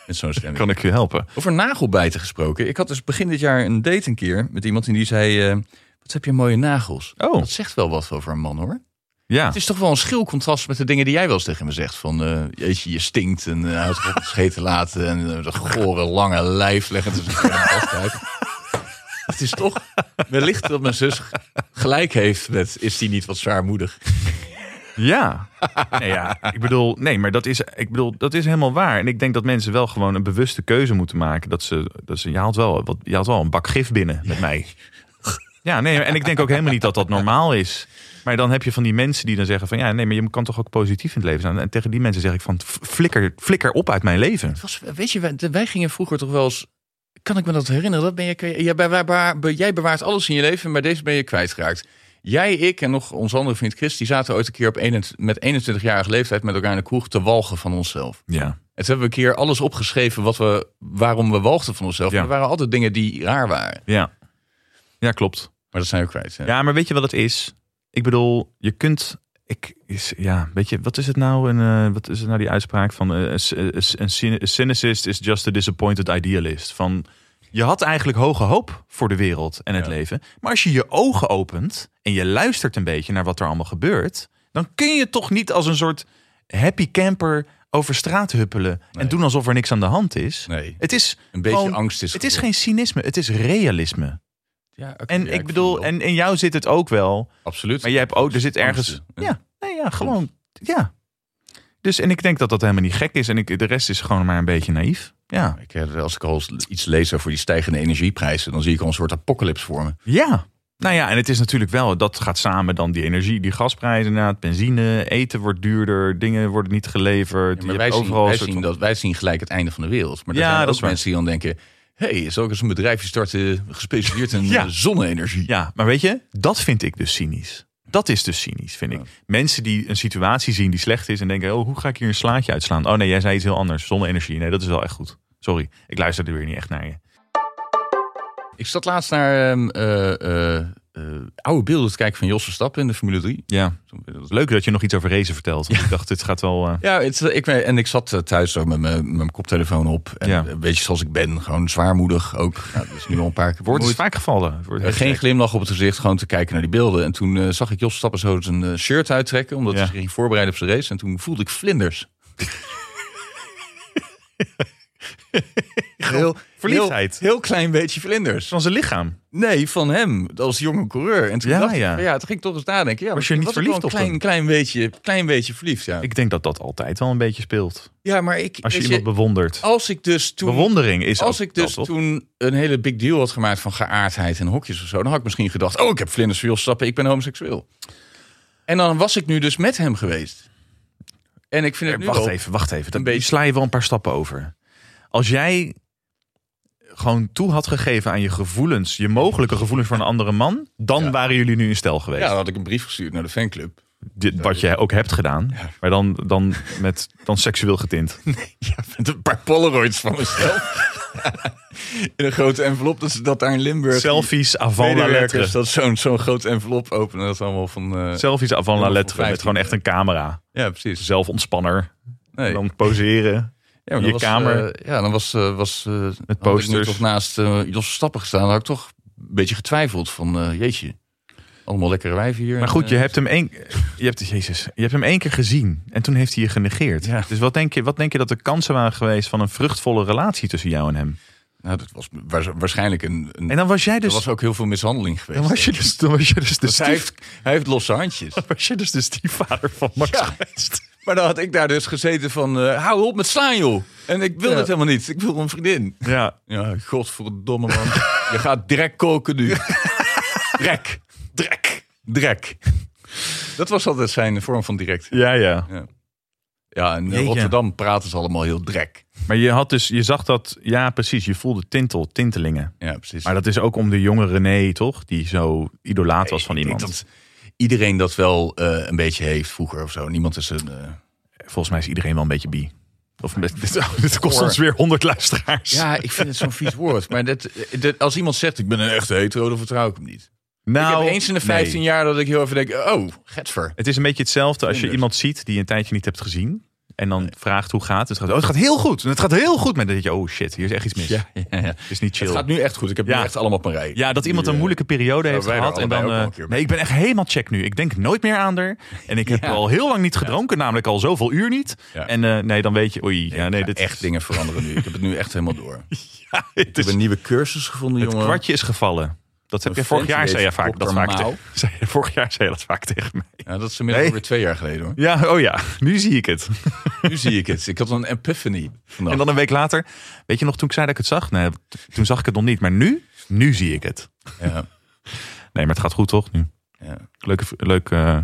Met zo'n stemming.
Kan ik je helpen?
Over nagelbijten gesproken. Ik had dus begin dit jaar een date een keer met iemand en die zei... eh, wat heb je mooie nagels.
Oh.
Dat zegt wel wat over een man hoor.
Ja.
Het is toch wel een schil contrast met de dingen die jij wel eens tegen me zegt. Van eh, jeetje, je stinkt en eh, houdt op het scheten laten. En eh, dat gore lange lijf leggen tussen de kast uit. Het is toch wellicht dat mijn zus gelijk heeft met... is die niet wat zwaarmoedig?
Ja. Nee, ja. Ik bedoel, nee, maar dat is, ik bedoel, dat is helemaal waar. En ik denk dat mensen wel gewoon een bewuste keuze moeten maken. Dat ze, dat ze je, haalt wel, wat, je haalt wel een bak gif binnen met mij. Ja, nee, en ik denk ook helemaal niet dat dat normaal is. Maar dan heb je van die mensen die dan zeggen van... ja, nee, maar je kan toch ook positief in het leven zijn. En tegen die mensen zeg ik van, f- flikker, flikker op uit mijn leven.
Het was, weet je, wij, wij gingen vroeger toch wel eens. Kan ik me dat herinneren? Dat ben je, kwe- jij, bewaar- bewaar- be- jij bewaart alles in je leven, maar deze ben je kwijtgeraakt. Jij, ik en nog onze andere vriend Chris, die zaten ooit een keer op 21 met 21-jarige leeftijd met elkaar in de kroeg te walgen van onszelf.
Ja,
En toen hebben we een keer alles opgeschreven wat we, waarom we walgden van onszelf.
Ja.
Maar er waren altijd dingen die raar waren.
ja. Ja, klopt.
Maar dat zijn we kwijt. Ja.
Ja, maar weet je wat het is? Ik bedoel, je kunt. Ik, is, ja, weet je, wat is het nou? Een, eh, wat is het nou die uitspraak van. eh, een, een- een cyn- een cynicist is just a disappointed idealist. Van, je had eigenlijk hoge hoop voor de wereld en het leven. Maar als je je ogen opent en je luistert een beetje naar wat er allemaal gebeurt. dan kun je toch niet als een soort happy camper over straat huppelen. en doen alsof er niks aan de hand is.
Nee.
Het is
Een beetje
gewoon-
angst is
Het is
gevoeld.
geen cynisme, het is realisme.
Ja, oké,
En
ja,
ik
voel
bedoel,
wel.
en in jou zit het ook wel.
absoluut.
Maar jij hebt ook, er zit ergens.
Angsten, ja.
Ja, nee, ja, gewoon. Ja. Dus en ik denk dat dat helemaal niet gek is. En ik, de rest is gewoon maar een beetje naïef. Ja.
Ik, eh, als ik al eens iets lees over die stijgende energieprijzen, dan zie ik al een soort apocalyps voor me.
Ja. Nou ja, en het is natuurlijk wel, dat gaat samen dan die energie, die gasprijzen na het benzine, eten wordt duurder, dingen worden niet geleverd.
Ja,
je
maar wij
hebt
zien,
overal
wij,
een soort
zien
van-
dat, wij zien gelijk het einde van de wereld. Maar er
Ja,
zijn
dat
ook
is waar.
mensen die dan denken... hé, hey, zal ik eens een bedrijfje starten gespecialiseerd in
Ja.
eh, zonne-energie?
Ja, maar weet je, dat vind ik dus cynisch. Dat is dus cynisch, vind ik. Mensen die een situatie zien die slecht is en denken: oh, hoe ga ik hier een slaatje uitslaan? Oh nee, jij zei iets heel anders. Zonne-energie. Nee, dat is wel echt goed. Sorry, ik luister er weer niet echt naar je.
Ik zat laatst naar ehm, eh, eh, eh, oude beelden te kijken van Jos Verstappen in de Formule 3.
Ja, leuk dat je nog iets over racen vertelt. want Ik dacht, dit gaat wel. eh,
Ja, het, is- ik, weet- en ik zat eh, thuis ook met mijn mijn koptelefoon op. En
Ja.
Een beetje zoals ik ben, gewoon zwaarmoedig ook. Nou, dat is nu al een paar keer.
Wordt
Nooit-
is vaak gevallen. Wordt
Eh, Geen glimlach op het gezicht, gewoon te kijken naar die beelden. En toen eh, zag ik Jos Stappen zo zijn eh, shirt uittrekken, omdat
Ja.
hij zich ging voorbereiden op zijn race. En toen voelde ik vlinders. heel,
verliefdheid.
Heel, heel klein beetje vlinders.
van zijn lichaam.
Nee, van hem, als jonge coureur. En toen
Ja,
dacht ik,
ja.
van, ja, toen ging ik toch eens nadenken. Ja,
Was je
ik
niet
wel
verliefd
een
op
klein,
hem?
klein, beetje, klein beetje verliefd, ja.
Ik denk dat dat altijd wel een beetje speelt.
ja, maar ik,
Als je
weet
iemand bewondert.
als ik dus toen...
Bewondering is
Als
ook
ik dus
dat, toch?
toen een hele big deal had gemaakt van geaardheid en hokjes of zo, dan had ik misschien gedacht: oh, ik heb vlinders voor Jos stappen, ik ben homoseksueel. En dan was ik nu dus met hem geweest. En ik vind het nu
wacht
wel-
even, wacht even. Dan
een beetje-
sla je wel een paar stappen over. Als jij gewoon toe had gegeven aan je gevoelens, je mogelijke gevoelens voor een andere man, dan waren jullie nu in stel geweest.
Ja, dan had ik een brief gestuurd naar de fanclub.
Dit, wat jij ook hebt gedaan, maar dan, dan, met, dan seksueel getint.
Met een paar polaroids van mezelf. In een grote envelop, dat ze dat daar in Limburg.
Selfies avant la
medewerkers, eh,
lettre.
dat zo'n zo'n grote envelop openen. Dat is allemaal van. eh,
Selfies avant la
Ja,
lettre. Met
15.
gewoon echt een camera.
ja, precies.
Zelfontspanner.
Nee.
En dan poseren.
Ja, maar
je
dan was,
kamer.
eh, ja, dan was, eh, was eh, had ik nu
posters.
toch naast eh Jos Stappen gestaan. Dan had ik toch een beetje getwijfeld van, eh, jeetje, allemaal lekkere wijven hier.
Maar goed,
En,
je
eh,
hebt hem één, je hebt, jezus, je hebt hem één keer gezien en toen heeft hij je genegeerd.
Ja.
Dus wat denk, je, wat denk je dat de kansen waren geweest van een vruchtvolle relatie tussen jou en hem?
nou, dat was waars- waarschijnlijk een... een
En dan was jij
er
dus,
was ook heel veel mishandeling geweest.
dan was je dus, dan was je dus de
Dus hij,
stief,
heeft, hij heeft losse handjes.
was je dus de stiefvader van Max
Ja.
geweest.
Maar dan had ik daar dus gezeten van, eh, hou op met slaan joh. En ik wil
Ja.
het helemaal niet, ik wil een vriendin.
Ja,
Ja, godverdomme man. je gaat direct koken nu. Drek. Drek. Drek. Dat was altijd zijn vorm van direct.
ja, ja.
Ja, in eh,
Jeetje.
Rotterdam praten ze allemaal heel drek.
Maar je had dus, je zag dat, ja, precies. Je voelde tintel, tintelingen.
Ja, precies.
Maar dat is ook om de jonge René, toch? Die zo idolaat was van
Ik denk
iemand.
dat iedereen dat wel eh, een beetje heeft vroeger of zo. Niemand is een... eh,
Volgens mij is iedereen wel een beetje bi. Of met, dit, dit kost
Hoor.
ons weer 100 luisteraars.
Ja, ik vind het zo'n vies woord. Maar dat, dat- als iemand zegt, ik ben een echte hetero, dan vertrouw ik hem niet.
nou,
ik heb eens in de 15
nee.
jaar dat ik heel even denk, oh, getver.
Het is een beetje hetzelfde als je
Vlinders.
iemand ziet die je een tijdje niet hebt gezien. En dan vraagt hoe gaat het. Het gaat, oh, het gaat heel goed. En het gaat heel goed. Maar dan denk je, oh shit, hier is echt iets mis. Het is niet chill.
Het gaat nu echt goed. Ik heb
Ja.
nu echt allemaal op een rij. eh,
Ja, dat iemand een moeilijke periode heeft
wij er
gehad. En
allebei
dan,
ook wel
eh,
een keer bij.
nee, ik ben echt helemaal check nu. Ik denk nooit meer aan er. En ik heb
Ja.
al heel lang niet gedronken. Namelijk al zoveel uur niet.
Ja.
En eh, nee, dan weet je, oei. Ja, nee,
Ja,
dit
echt dingen veranderen nu. Ik heb het nu echt helemaal door.
Het,
Ik
is,
heb een nieuwe cursus gevonden,
het
jongen.
kwartje is gevallen. Dat heb
Een
je vorig
vent die
jaar, zei je
heet
vaak. Dat
Dr.
vaak
Mao.
tegen, zei je- vorig jaar zei je dat vaak tegen mij.
Ja, dat is inmiddels
Nee.
weer twee jaar geleden hoor.
Ja, oh ja, nu zie ik het.
Nu zie ik het. Ik had een epiphany vandaag.
En dan een week later, weet je nog toen ik zei dat ik het zag? Nee, t- toen zag ik het nog niet. Maar nu, nu zie ik het.
Ja,
Nee, maar het gaat goed toch nu?
ja.
Leuke, v- leuk eh,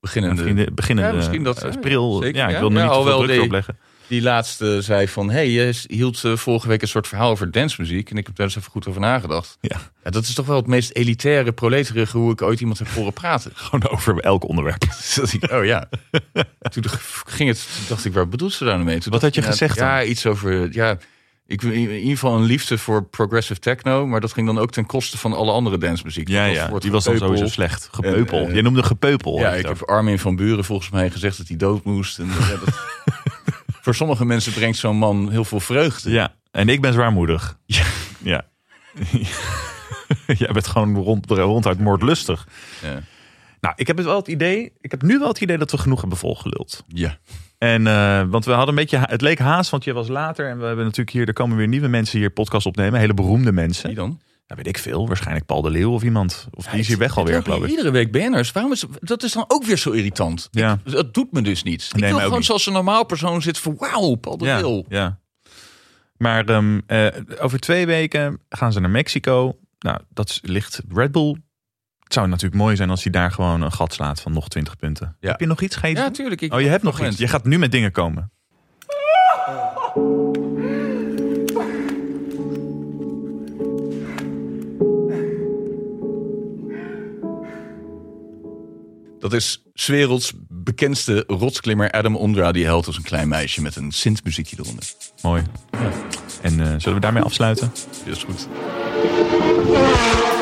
Beginnende.
vrienden, beginnende
Ja, misschien dat-
eh, april.
zeker,
ja, ik
ja.
wil er
Ja,
niet te veel
alhoewel
druk
die-
op leggen.
Die laatste zei van, hey, je s- hield eh, vorige week een soort verhaal over dancemuziek. En ik heb daar eens even goed over nagedacht.
Ja.
Ja, dat is toch wel het meest elitaire, proleterige hoe ik ooit iemand heb horen praten.
Gewoon over elk onderwerp.
Dat ik, oh ja. Toen g- ging het, toen dacht ik, waar bedoelt ze daar nou mee? Toen
Wat had
dacht
je
ik, nou,
gezegd dan?
Ja, iets over, ja, ik wil in in ieder geval een liefde voor progressive techno. Maar dat ging dan ook ten koste van alle andere dancemuziek.
Ja,
Dat was
ja,
voor het
die was dan
gepeupel.
sowieso slecht. Gepeupel.
En, eh,
Je noemde gepeupel.
Ja,
had je
ik
het
heb
over.
Armin van Buren volgens mij gezegd dat hij dood moest. En, ja, dat- voor sommige mensen brengt zo'n man heel veel vreugde.
ja, en ik ben zwaarmoedig. Ja. ja. Jij bent gewoon rond, ronduit moordlustig.
Ja.
Nou, ik heb, het wel het idee, ik heb nu wel het idee dat we genoeg hebben volgeluld.
Ja.
En, eh, want we hadden een beetje, ha- het leek haast, want je was later. En we hebben natuurlijk hier, er komen weer nieuwe mensen hier podcast opnemen. Hele beroemde mensen.
Wie
Nou,
dan?
weet ik veel. Waarschijnlijk Paul de Leeuw of iemand. Of die is hier weg
Ik
alweer,
loop
geloof
hier
ik.
Iedere week banners. Waarom is, dat is dan ook weer zo irritant.
Ja,
Dat doet me dus niet.
Nee,
ik
mij
wil
ook
gewoon
niet.
zoals een normaal persoon zit van wauw, Paul de
ja,
Leeuw.
ja. Maar ehm, eh, over twee weken gaan ze naar Mexico. Nou, dat is- ligt Red Bull. Het zou natuurlijk mooi zijn als hij daar gewoon een gat slaat van nog 20 punten.
Ja.
Heb je nog iets gegeten?
Ja, tuurlijk. Ik
Oh, je hebt nog
moment.
iets. Je gaat nu met dingen komen.
Dat is 's werelds bekendste rotsklimmer Adam Ondra. Die helpt als een klein meisje met een Sint-muziekje eronder.
Mooi. En eh, zullen we daarmee afsluiten?
Dat is goed.
Oké,